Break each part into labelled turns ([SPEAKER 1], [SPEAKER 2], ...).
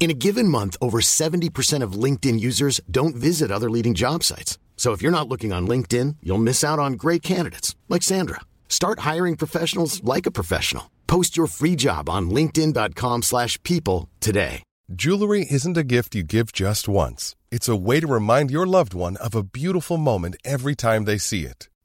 [SPEAKER 1] In a given month, over 70% of LinkedIn users don't visit other leading job sites. So if you're not looking on LinkedIn, you'll miss out on great candidates like Sandra. Start hiring professionals like a professional. Post your free job on linkedin.com/people slash people today.
[SPEAKER 2] Jewelry isn't a gift you give just once. It's a way to remind your loved one of a beautiful moment every time they see it.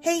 [SPEAKER 3] Hey,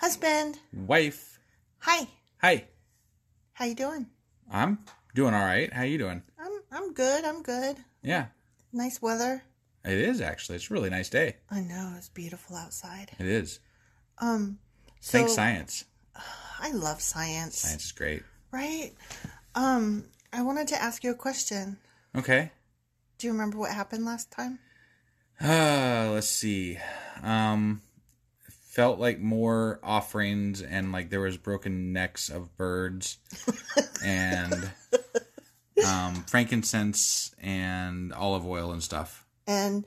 [SPEAKER 3] Husband,
[SPEAKER 4] Wife,
[SPEAKER 3] hi.
[SPEAKER 4] hi.
[SPEAKER 3] How you doing?
[SPEAKER 4] I'm doing all right. How you doing?
[SPEAKER 3] I'm I'm good. I'm good.
[SPEAKER 4] Yeah,
[SPEAKER 3] Nice weather.
[SPEAKER 4] it is actually. It's a really nice day.
[SPEAKER 3] I know it's beautiful outside.
[SPEAKER 4] It is.
[SPEAKER 3] Um, so
[SPEAKER 4] Thanks, science.
[SPEAKER 3] I love science.
[SPEAKER 4] Science is great.
[SPEAKER 3] Right. Um, I wanted to ask you a question.
[SPEAKER 4] Okay.
[SPEAKER 3] Do you remember what happened last time?
[SPEAKER 4] Uh, let's see. Um, felt like more offerings and like there was broken necks of birds and um, frankincense and olive oil and stuff.
[SPEAKER 3] And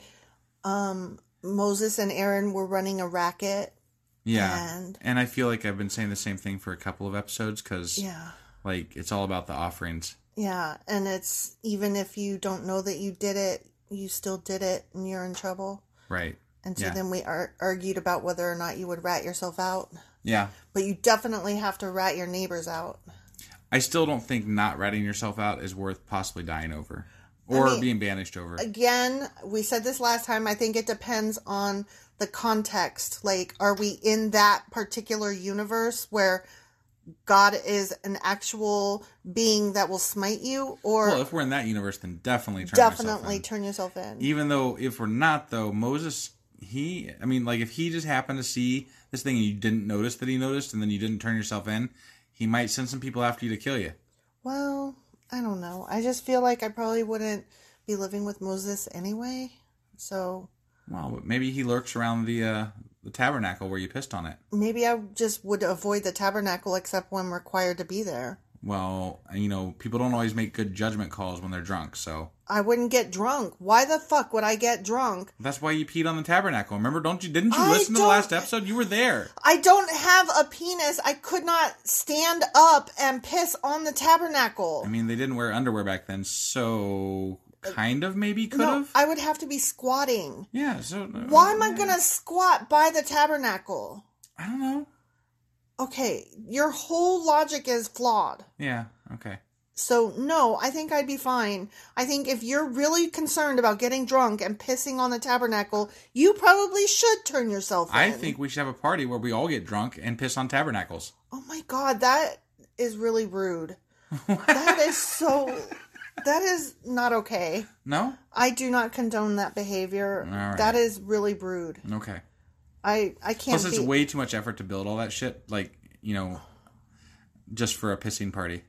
[SPEAKER 3] um, Moses and Aaron were running a racket
[SPEAKER 4] Yeah.
[SPEAKER 3] And-
[SPEAKER 4] And, I feel like I've been saying the same thing for a couple of episodes because,
[SPEAKER 3] Yeah.
[SPEAKER 4] like, it's all about the offerings.
[SPEAKER 3] Yeah. And it's even if you don't know that you did it, you still did it and you're in trouble.
[SPEAKER 4] Right.
[SPEAKER 3] And so
[SPEAKER 4] Yeah.
[SPEAKER 3] then we ar- argued about whether or not you would rat yourself out.
[SPEAKER 4] Yeah.
[SPEAKER 3] But you definitely have to rat your neighbors out.
[SPEAKER 4] I still don't think not ratting yourself out is worth possibly dying over or
[SPEAKER 3] mean,
[SPEAKER 4] being banished over.
[SPEAKER 3] Again, we said this last time. I think it depends on the context. Like, are we in that particular universe where God is an actual being that will smite you, or
[SPEAKER 4] well, if we're in that universe, then definitely turn
[SPEAKER 3] definitely
[SPEAKER 4] yourself in.
[SPEAKER 3] turn yourself in?
[SPEAKER 4] Even though, if we're not, though, Moses, he, I mean, like, if he just happened to see this thing and you didn't notice that he noticed and then you didn't turn yourself in, he might send some people after you to kill you.
[SPEAKER 3] Well, I don't know. I just feel like I probably wouldn't be living with Moses anyway. So
[SPEAKER 4] Well, but maybe he lurks around the uh, the tabernacle where you pissed on it.
[SPEAKER 3] maybe I just would avoid the tabernacle except when required to be there.
[SPEAKER 4] Well, you know, people don't always make good judgment calls when they're drunk, so
[SPEAKER 3] I wouldn't get drunk. Why the fuck would I get drunk?
[SPEAKER 4] that's why you peed on the tabernacle. Remember? Don't you? Didn't you
[SPEAKER 3] I
[SPEAKER 4] listen to the
[SPEAKER 3] don't-
[SPEAKER 4] last episode? You were there.
[SPEAKER 3] I don't have a penis. I could not stand up and piss on the tabernacle.
[SPEAKER 4] I mean, they didn't wear underwear back then, so kind of maybe could
[SPEAKER 3] Uh, no,
[SPEAKER 4] have.
[SPEAKER 3] I would have to be squatting.
[SPEAKER 4] yeah. So uh,
[SPEAKER 3] Why am I gonna squat by the tabernacle?
[SPEAKER 4] I don't know.
[SPEAKER 3] Okay, your whole logic is flawed.
[SPEAKER 4] Yeah. Okay.
[SPEAKER 3] So, no, I think I'd be fine. I think if you're really concerned about getting drunk and pissing on the tabernacle, you probably should turn yourself in.
[SPEAKER 4] I think we should have a party where we all get drunk and piss on tabernacles.
[SPEAKER 3] Oh my god, that is really rude. that is so. That is not okay.
[SPEAKER 4] No.
[SPEAKER 3] I do not condone that behavior.
[SPEAKER 4] All right.
[SPEAKER 3] That is really rude.
[SPEAKER 4] Okay.
[SPEAKER 3] I I can't.
[SPEAKER 4] Plus, it's
[SPEAKER 3] be-
[SPEAKER 4] way too much effort to build all that shit. Like you know, just for a pissing party.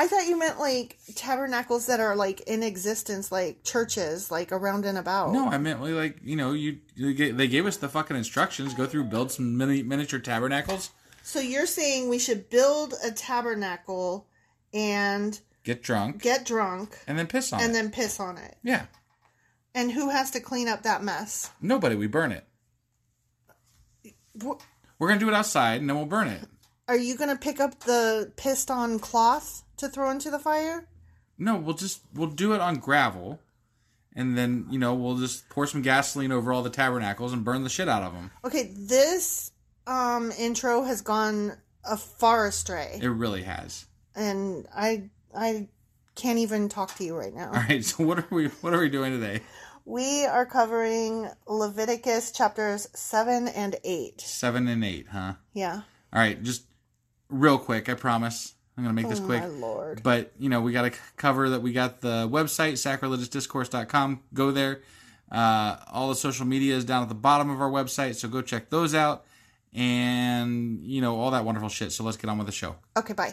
[SPEAKER 3] I thought you meant like tabernacles that are like in existence, like churches, like around and about.
[SPEAKER 4] No, I meant like you know you, you ga- they gave us the fucking instructions. Go through, build some mini miniature tabernacles,
[SPEAKER 3] So you're saying we should build a tabernacle and
[SPEAKER 4] get drunk,
[SPEAKER 3] get drunk
[SPEAKER 4] and then piss on
[SPEAKER 3] and
[SPEAKER 4] it.
[SPEAKER 3] then piss on it.
[SPEAKER 4] yeah,
[SPEAKER 3] And who has to clean up that mess?
[SPEAKER 4] nobody. We burn it.
[SPEAKER 3] Wh-
[SPEAKER 4] We're gonna do it outside, and then we'll burn it.
[SPEAKER 3] Are you going to pick up the pissed on cloth to throw into the fire?
[SPEAKER 4] No, we'll just we'll do it on gravel, and then you know we'll just pour some gasoline over all the tabernacles and burn the shit out of them.
[SPEAKER 3] Okay, this um intro has gone a far astray.
[SPEAKER 4] It really has.
[SPEAKER 3] and I I can't even talk to you right now.
[SPEAKER 4] All right, so what are we what are we doing today?
[SPEAKER 3] We are covering Leviticus chapters 7 and 8.
[SPEAKER 4] Seven and eight, huh?
[SPEAKER 3] Yeah.
[SPEAKER 4] All right, just real quick. I promise. I'm gonna make this quick.
[SPEAKER 3] Oh, My lord.
[SPEAKER 4] But, you know, we got to cover that. We got the website, sacrilegiousdiscourse.com. Go there. Uh, all the social media is down at the bottom of our website. So go check those out and, you know, all that wonderful shit. So let's get on with the show.
[SPEAKER 3] Okay, bye.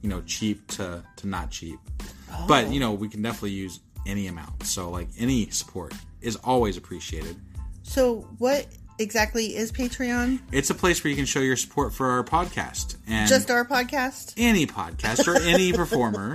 [SPEAKER 4] you know cheap to to not cheap. But you know we can definitely use any amount, so like any support is always appreciated.
[SPEAKER 3] So, what exactly is Patreon?
[SPEAKER 4] It's a place where you can show your support for our podcast and
[SPEAKER 3] Just our podcast?
[SPEAKER 4] any podcast or any performer.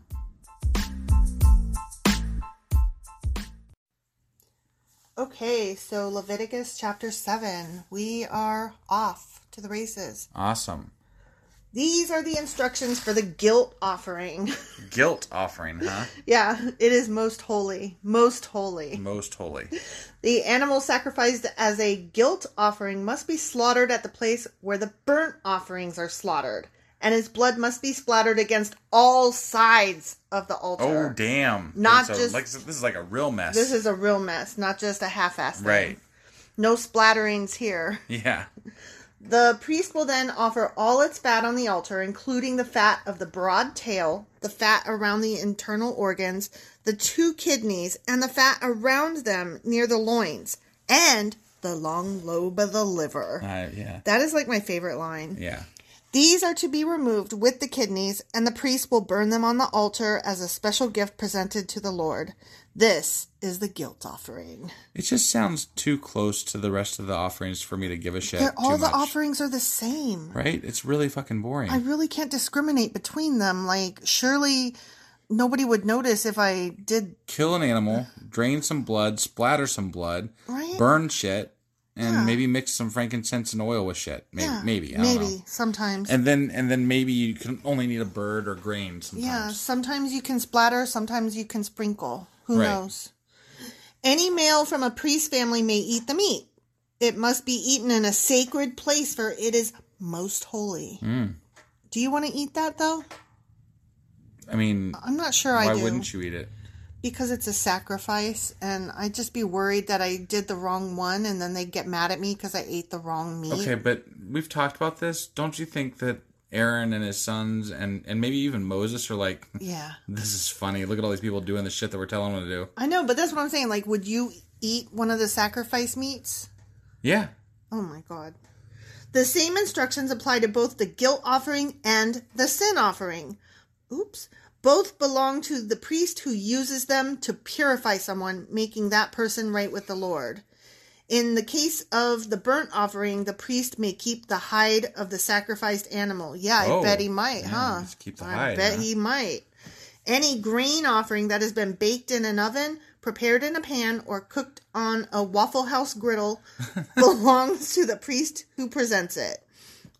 [SPEAKER 3] Okay, so Leviticus chapter 7. We are off to the races.
[SPEAKER 4] Awesome.
[SPEAKER 3] These are the instructions for the guilt offering.
[SPEAKER 4] Guilt offering, huh?
[SPEAKER 3] yeah, it is most holy. Most holy.
[SPEAKER 4] Most holy.
[SPEAKER 3] The animal sacrificed as a guilt offering must be slaughtered at the place where the burnt offerings are slaughtered, and his blood must be splattered against all sides of the
[SPEAKER 4] Oh
[SPEAKER 3] altar.
[SPEAKER 4] damn!
[SPEAKER 3] Not
[SPEAKER 4] It's a-
[SPEAKER 3] just-
[SPEAKER 4] like this is like a real mess.
[SPEAKER 3] this is a real mess, not just a half assed
[SPEAKER 4] right.
[SPEAKER 3] No splatterings here.
[SPEAKER 4] Yeah.
[SPEAKER 3] The priest will then offer all its fat on the altar, including the fat of the broad tail, the fat around the internal organs, the two kidneys, and the fat around them near the loins, and the long lobe of the liver.
[SPEAKER 4] Uh, yeah.
[SPEAKER 3] That is like my favorite line.
[SPEAKER 4] Yeah.
[SPEAKER 3] These are to be removed with the kidneys, and the priest will burn them on the altar as a special gift presented to the Lord. This is the guilt offering.
[SPEAKER 4] It just sounds too close to the rest of the offerings for me to give a shit.
[SPEAKER 3] They're- all
[SPEAKER 4] too
[SPEAKER 3] the
[SPEAKER 4] much.
[SPEAKER 3] offerings are the same.
[SPEAKER 4] Right? It's really fucking boring.
[SPEAKER 3] I really can't discriminate between them. Like, surely nobody would notice if I did.
[SPEAKER 4] Kill an animal, drain some blood, splatter some blood,
[SPEAKER 3] Right?
[SPEAKER 4] burn shit, and maybe mix some frankincense and oil with shit. Maybe, maybe. I don't
[SPEAKER 3] maybe
[SPEAKER 4] know.
[SPEAKER 3] sometimes.
[SPEAKER 4] And then and then maybe you can only need a bird or grain sometimes.
[SPEAKER 3] yeah, sometimes you can splatter, sometimes you can sprinkle. Who
[SPEAKER 4] Right.
[SPEAKER 3] knows? Any male from a priest family may eat the meat. It must be eaten in a sacred place, for it is most holy.
[SPEAKER 4] Hmm.
[SPEAKER 3] Do you want to eat that though?
[SPEAKER 4] I mean,
[SPEAKER 3] I'm not sure
[SPEAKER 4] why
[SPEAKER 3] Uh, I do.
[SPEAKER 4] wouldn't you eat it?
[SPEAKER 3] because it's a sacrifice and i'd just be worried that i did the wrong one and then they'd get mad at me because i ate the wrong meat
[SPEAKER 4] Okay, but we've talked about this. Don't you think that Aaron and his sons and and maybe even Moses are like,
[SPEAKER 3] yeah
[SPEAKER 4] this is funny. Look at all these people doing the shit that we're telling them to do.
[SPEAKER 3] i know but that's what i'm saying like would you eat one of the sacrifice meats
[SPEAKER 4] Yeah.
[SPEAKER 3] oh my god the same instructions apply to both the guilt offering and the sin offering oops both belong to the priest who uses them to purify someone making that person right with the lord In the case of the burnt offering, the priest may keep the hide of the sacrificed animal. Yeah, I
[SPEAKER 4] Oh,
[SPEAKER 3] bet he might,
[SPEAKER 4] yeah,
[SPEAKER 3] huh?
[SPEAKER 4] just keep the
[SPEAKER 3] I
[SPEAKER 4] hide,
[SPEAKER 3] bet
[SPEAKER 4] huh?
[SPEAKER 3] he might. Any grain offering that has been baked in an oven, prepared in a pan, or cooked on a Waffle House griddle belongs to the priest who presents it.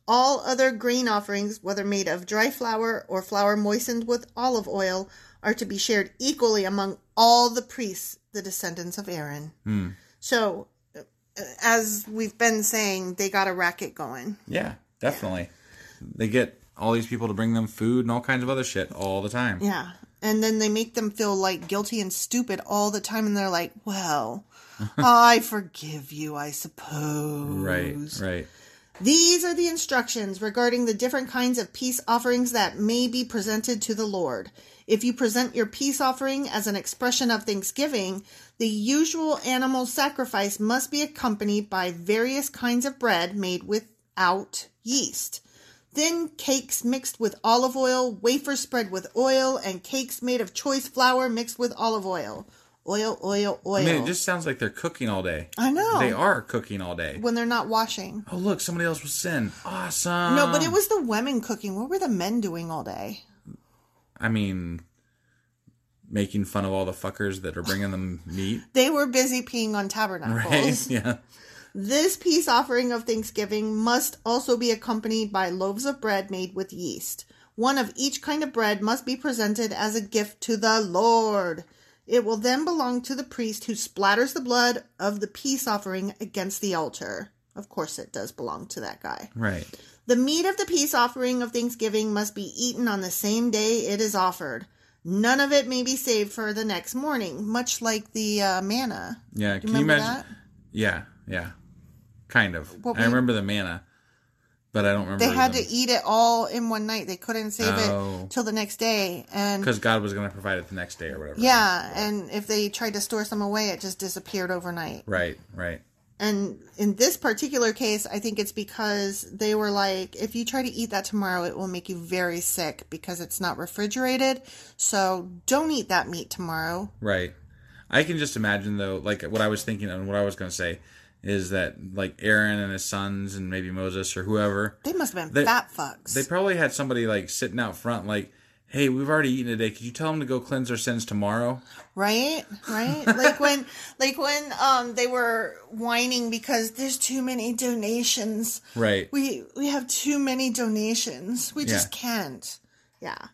[SPEAKER 3] All other grain offerings, whether made of dry flour or flour moistened with olive oil, are to be shared equally among all the priests, the descendants of Aaron. So, uh, as we've been saying, they got a racket going.
[SPEAKER 4] Yeah, definitely. They get all these people to bring them food and all kinds of other shit all the time.
[SPEAKER 3] Yeah. And then they make them feel like guilty and stupid all the time. And they're like, well, I forgive you, I suppose.
[SPEAKER 4] Right, right.
[SPEAKER 3] These are the instructions regarding the different kinds of peace offerings that may be presented to the Lord. If you present your peace offering as an expression of thanksgiving, the usual animal sacrifice must be accompanied by various kinds of bread made without yeast. Then cakes mixed with olive oil, wafers spread with oil, and cakes made of choice flour mixed with olive oil. Oil, oil, oil.
[SPEAKER 4] I mean, it just sounds like they're cooking all day.
[SPEAKER 3] I know.
[SPEAKER 4] They are cooking all day.
[SPEAKER 3] When they're not washing.
[SPEAKER 4] Oh, look, somebody else was sin. Awesome.
[SPEAKER 3] No, but it was the women cooking. What were the men doing all day?
[SPEAKER 4] I mean, making fun of all the fuckers that are bringing them meat.
[SPEAKER 3] They were busy peeing on
[SPEAKER 4] Right?
[SPEAKER 3] tabernacles.
[SPEAKER 4] Yeah.
[SPEAKER 3] This peace offering of thanksgiving must also be accompanied by loaves of bread made with yeast. One of each kind of bread must be presented as a gift to the Lord. It will then belong to the priest who splatters the blood of the peace offering against the altar. Of course, it does belong to that guy.
[SPEAKER 4] Right.
[SPEAKER 3] The meat of the peace offering of thanksgiving must be eaten on the same day it is offered. None of it may be saved for the next morning, much like the uh, manna.
[SPEAKER 4] Yeah.
[SPEAKER 3] Do
[SPEAKER 4] Can
[SPEAKER 3] you
[SPEAKER 4] you
[SPEAKER 3] remember
[SPEAKER 4] imagine?
[SPEAKER 3] that?
[SPEAKER 4] Yeah, yeah. Kind of.
[SPEAKER 3] What
[SPEAKER 4] I
[SPEAKER 3] we-
[SPEAKER 4] remember the manna, but I don't remember.
[SPEAKER 3] They had to
[SPEAKER 4] them.
[SPEAKER 3] eat it all in one night. They couldn't save
[SPEAKER 4] Oh.
[SPEAKER 3] it till the next day. And
[SPEAKER 4] because God was going to provide it the next day or whatever.
[SPEAKER 3] yeah, and if they tried to store some away, it just disappeared overnight.
[SPEAKER 4] Right, right.
[SPEAKER 3] And in this particular case, I think it's because they were like, if you try to eat that tomorrow, it will make you very sick because it's not refrigerated. So don't eat that meat tomorrow.
[SPEAKER 4] Right. I can just imagine though, like what I was thinking and what I was going to say is that like Aaron and his sons and maybe Moses or whoever,
[SPEAKER 3] They must have been
[SPEAKER 4] They-
[SPEAKER 3] fat fucks.
[SPEAKER 4] they probably had somebody like sitting out front, like, hey, we've already eaten today. Could you tell them to go cleanse their sins tomorrow?
[SPEAKER 3] Right? Right? like when like when um they were whining because there's too many donations.
[SPEAKER 4] Right.
[SPEAKER 3] We we have too many donations. We just
[SPEAKER 4] Yeah.
[SPEAKER 3] can't. Yeah.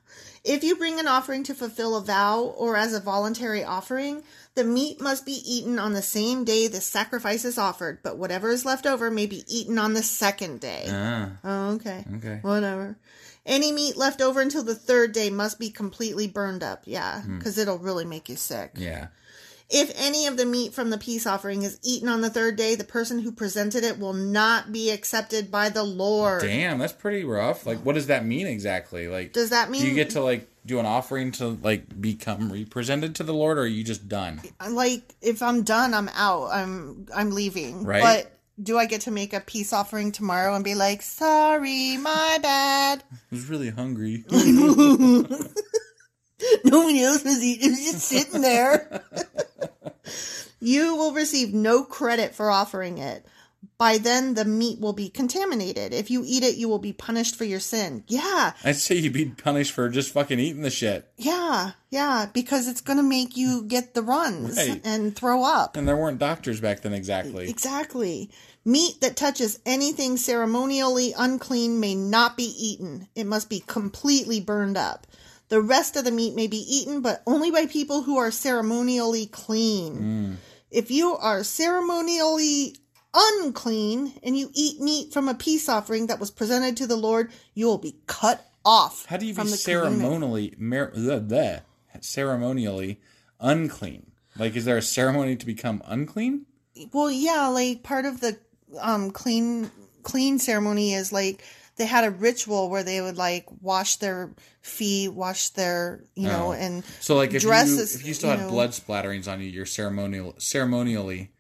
[SPEAKER 3] If you bring an offering to fulfill a vow or as a voluntary offering, the meat must be eaten on the same day the sacrifice is offered, but whatever is left over may be eaten on the second day.
[SPEAKER 4] Ah,
[SPEAKER 3] Oh, okay.
[SPEAKER 4] okay.
[SPEAKER 3] Whatever. Any meat left over until the third day must be completely burned up. Yeah, because it'll really make you sick.
[SPEAKER 4] Hmm. Yeah.
[SPEAKER 3] If any of the meat from the peace offering is eaten on the third day, the person who presented it will not be accepted by the Lord.
[SPEAKER 4] Damn, that's pretty rough. Like, what does that mean exactly? Like,
[SPEAKER 3] Does that
[SPEAKER 4] do you
[SPEAKER 3] mean-
[SPEAKER 4] get to like do an offering to like become represented to the Lord, or are you just done?
[SPEAKER 3] Like, if I'm done, I'm out. I'm I'm leaving.
[SPEAKER 4] Right.
[SPEAKER 3] But do I get to make a peace offering tomorrow and be like, sorry, my bad?
[SPEAKER 4] I was really hungry.
[SPEAKER 3] No one else was eating. It was just sitting there. you will receive no credit for offering it. By then, the meat will be contaminated. If you eat it, you will be punished for your sin. Yeah,
[SPEAKER 4] I'd say you'd be punished for just fucking eating the shit.
[SPEAKER 3] yeah, yeah, because it's going to make you get the runs
[SPEAKER 4] Right.
[SPEAKER 3] and throw up.
[SPEAKER 4] And there weren't doctors back then exactly.
[SPEAKER 3] Exactly. Meat that touches anything ceremonially unclean may not be eaten. It must be completely burned up. The rest of the meat may be eaten, but only by people who are ceremonially
[SPEAKER 4] Mm.
[SPEAKER 3] clean. If you are ceremonially unclean and you eat meat from a peace offering that was presented to the Lord, you will be cut off.
[SPEAKER 4] How do you be
[SPEAKER 3] from the community.
[SPEAKER 4] ceremonially mer- blah, blah, ceremonially unclean? Like, is there a ceremony to become unclean?
[SPEAKER 3] Well, yeah, like part of the um clean clean ceremony is like they had a ritual where they would like wash their feet, wash their you know,
[SPEAKER 4] Oh.
[SPEAKER 3] and
[SPEAKER 4] So, like, if you
[SPEAKER 3] Dresses,
[SPEAKER 4] if you still
[SPEAKER 3] you
[SPEAKER 4] had
[SPEAKER 3] know.
[SPEAKER 4] blood splatterings on you, you're ceremonial ceremonially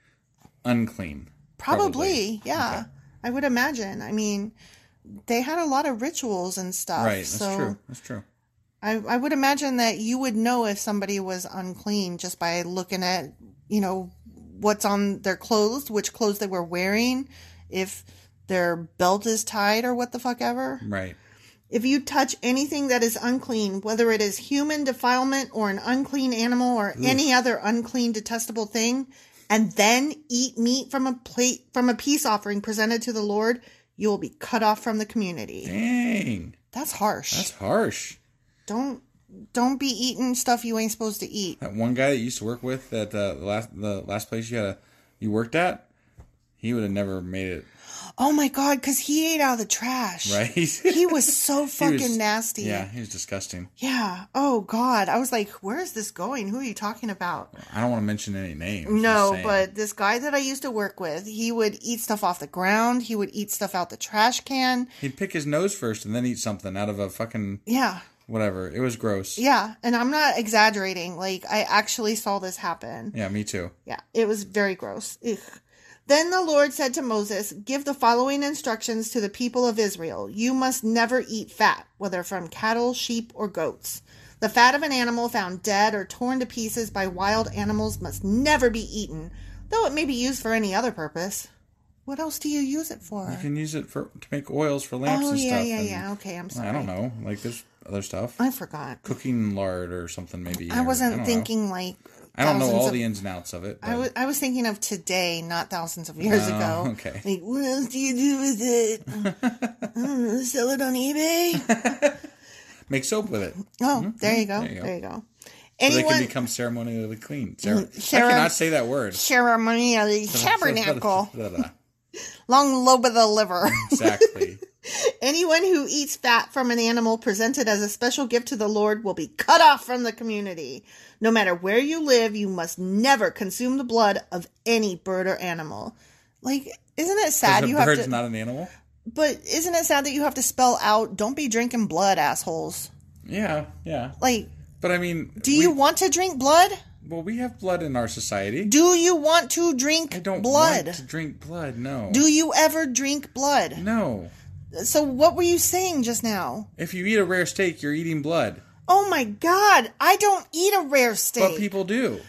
[SPEAKER 4] unclean.
[SPEAKER 3] probably,
[SPEAKER 4] Probably.
[SPEAKER 3] yeah, I would imagine. I mean, they had a lot of rituals and stuff,
[SPEAKER 4] right. That's
[SPEAKER 3] so
[SPEAKER 4] true. That's true.
[SPEAKER 3] I I would imagine that you would know if somebody was unclean just by looking at you know what's on their clothes, which clothes they were wearing, if their belt is tied or what the fuck ever.
[SPEAKER 4] Right.
[SPEAKER 3] If you touch anything that is unclean, whether it is human defilement or an unclean animal or any other unclean, detestable thing, and then eat meat from a plate from a peace offering presented to the Lord, you will be cut off from the community.
[SPEAKER 4] Dang,
[SPEAKER 3] That's harsh.
[SPEAKER 4] that's harsh.
[SPEAKER 3] Don't don't be eating stuff you ain't supposed to eat.
[SPEAKER 4] That one guy that you used to work with at uh, the last the last place you had a, you worked at, he would have never made it.
[SPEAKER 3] Oh my god, because he ate out of the trash.
[SPEAKER 4] Right.
[SPEAKER 3] He was so
[SPEAKER 4] He
[SPEAKER 3] fucking
[SPEAKER 4] was-
[SPEAKER 3] nasty.
[SPEAKER 4] Yeah, he was disgusting.
[SPEAKER 3] Yeah. Oh god, I was like, where is this going? Who are you talking about?
[SPEAKER 4] I don't want to mention any names. just
[SPEAKER 3] No,
[SPEAKER 4] saying.
[SPEAKER 3] but this guy that I used to work with, he would eat stuff off the ground. He would eat stuff out the trash can.
[SPEAKER 4] he'd pick his nose first and then eat something out of a fucking
[SPEAKER 3] Yeah.
[SPEAKER 4] whatever. It was gross.
[SPEAKER 3] Yeah. And I'm not exaggerating. Like, I actually saw this happen.
[SPEAKER 4] Yeah, me too.
[SPEAKER 3] Yeah. It was very gross. Ugh. Then the Lord said to Moses, Give the following instructions to the people of Israel. You must never eat fat, whether from cattle, sheep, or goats. The fat of an animal found dead or torn to pieces by wild animals must never be eaten, though it may be used for any other purpose. What else do you use it for?
[SPEAKER 4] You can use it for to make oils for lamps
[SPEAKER 3] Oh
[SPEAKER 4] and
[SPEAKER 3] yeah,
[SPEAKER 4] stuff.
[SPEAKER 3] yeah,
[SPEAKER 4] and-
[SPEAKER 3] yeah. Okay, I'm sorry.
[SPEAKER 4] I don't know. Like there's other stuff.
[SPEAKER 3] I forgot.
[SPEAKER 4] Cooking lard or something maybe.
[SPEAKER 3] I
[SPEAKER 4] or-
[SPEAKER 3] wasn't
[SPEAKER 4] don't know.
[SPEAKER 3] thinking like.
[SPEAKER 4] I don't know
[SPEAKER 3] thousands
[SPEAKER 4] all
[SPEAKER 3] of-
[SPEAKER 4] the ins and outs of it.
[SPEAKER 3] I
[SPEAKER 4] but-
[SPEAKER 3] was I was thinking of today, not thousands of years
[SPEAKER 4] Oh,
[SPEAKER 3] ago.
[SPEAKER 4] okay.
[SPEAKER 3] Like, what else do you do with it? I don't know, sell it on eBay.
[SPEAKER 4] make soap with it.
[SPEAKER 3] Oh, there you go.
[SPEAKER 4] Mm-hmm. there you go.
[SPEAKER 3] There you go.
[SPEAKER 4] So they
[SPEAKER 3] Anyone Mm,
[SPEAKER 4] can become ceremonially clean. Cere-
[SPEAKER 3] Sarah-
[SPEAKER 4] I cannot say that word.
[SPEAKER 3] ceremonially tabernacle, long lobe of the liver.
[SPEAKER 4] Mm. exactly.
[SPEAKER 3] Anyone who eats fat from an animal presented as a special gift to the Lord will be cut off from the community. No matter where you live, you must never consume the blood of any bird or animal. Like, isn't it
[SPEAKER 4] Because
[SPEAKER 3] sad
[SPEAKER 4] a
[SPEAKER 3] you have
[SPEAKER 4] bird's
[SPEAKER 3] to?
[SPEAKER 4] not an animal.
[SPEAKER 3] but isn't it sad that you have to spell out? Don't be drinking blood, assholes.
[SPEAKER 4] Yeah, yeah.
[SPEAKER 3] Like,
[SPEAKER 4] But I mean,
[SPEAKER 3] do you want to drink blood?
[SPEAKER 4] well, we have blood in our society.
[SPEAKER 3] Do you want to drink
[SPEAKER 4] I don't
[SPEAKER 3] blood?
[SPEAKER 4] want to drink blood. No.
[SPEAKER 3] do you ever drink blood?
[SPEAKER 4] no.
[SPEAKER 3] So, what were you saying just now?
[SPEAKER 4] If you eat a rare steak, you're eating blood.
[SPEAKER 3] Oh my God! I don't eat a rare steak.
[SPEAKER 4] But people do.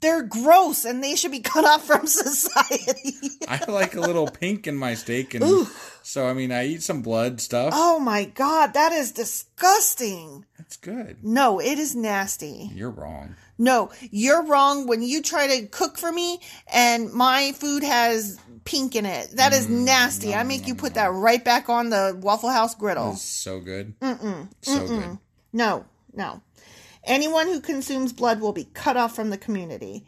[SPEAKER 3] they're gross and they should be cut off from society.
[SPEAKER 4] I like a little pink in my steak, and so I mean, I eat some blood stuff.
[SPEAKER 3] oh my god, that is disgusting.
[SPEAKER 4] That's good.
[SPEAKER 3] No, it is nasty.
[SPEAKER 4] You're wrong.
[SPEAKER 3] No, you're wrong when you try to cook for me and my food has pink in it. That is nasty. I make you put that right back on the Waffle House griddle.
[SPEAKER 4] So good. Mm-mm. So good.
[SPEAKER 3] No, no. Anyone who consumes blood will be cut off from the community.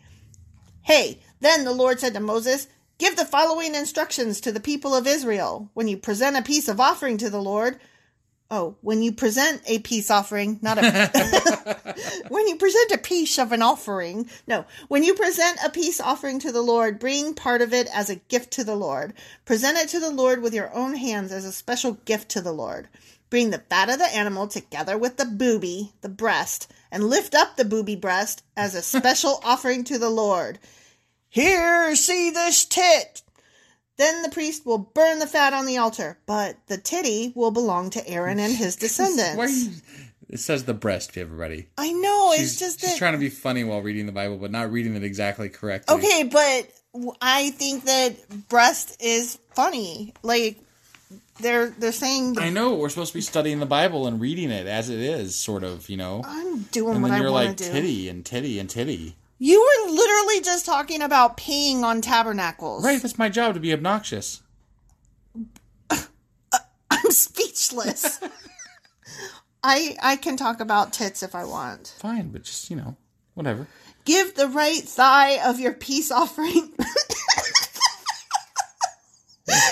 [SPEAKER 3] Hey, then the Lord said to Moses, Give the following instructions to the people of Israel. When you present a piece of offering to the Lord, oh, when you present a peace offering, not a. when you present a piece of an offering, no, when you present a peace offering to the Lord, bring part of it as a gift to the Lord. Present it to the Lord with your own hands as a special gift to the Lord. Bring the fat of the animal together with the booby, the breast, and lift up the booby breast as a special offering to the Lord. Here, see this tit. Then the priest will burn the fat on the altar, but the titty will belong to Aaron and his descendants.
[SPEAKER 4] Why are you? It says the breast, everybody.
[SPEAKER 3] I know,
[SPEAKER 4] She's,
[SPEAKER 3] it's just
[SPEAKER 4] she's
[SPEAKER 3] that.
[SPEAKER 4] trying to be funny while reading the Bible, but not reading it exactly correctly.
[SPEAKER 3] Okay, but w- I think that breast is funny. Like they're they're saying
[SPEAKER 4] I know we're supposed to be studying the Bible and reading it as it is, sort of, you know.
[SPEAKER 3] I'm doing
[SPEAKER 4] And
[SPEAKER 3] what
[SPEAKER 4] then
[SPEAKER 3] I
[SPEAKER 4] you're
[SPEAKER 3] want
[SPEAKER 4] like
[SPEAKER 3] to do.
[SPEAKER 4] titty and titty and titty.
[SPEAKER 3] You were literally just talking about peeing on tabernacles.
[SPEAKER 4] Right, that's my job to be obnoxious.
[SPEAKER 3] I'm speechless. I I can talk about tits if I want.
[SPEAKER 4] Fine, but just you know, whatever.
[SPEAKER 3] Give the right thigh of your peace offering.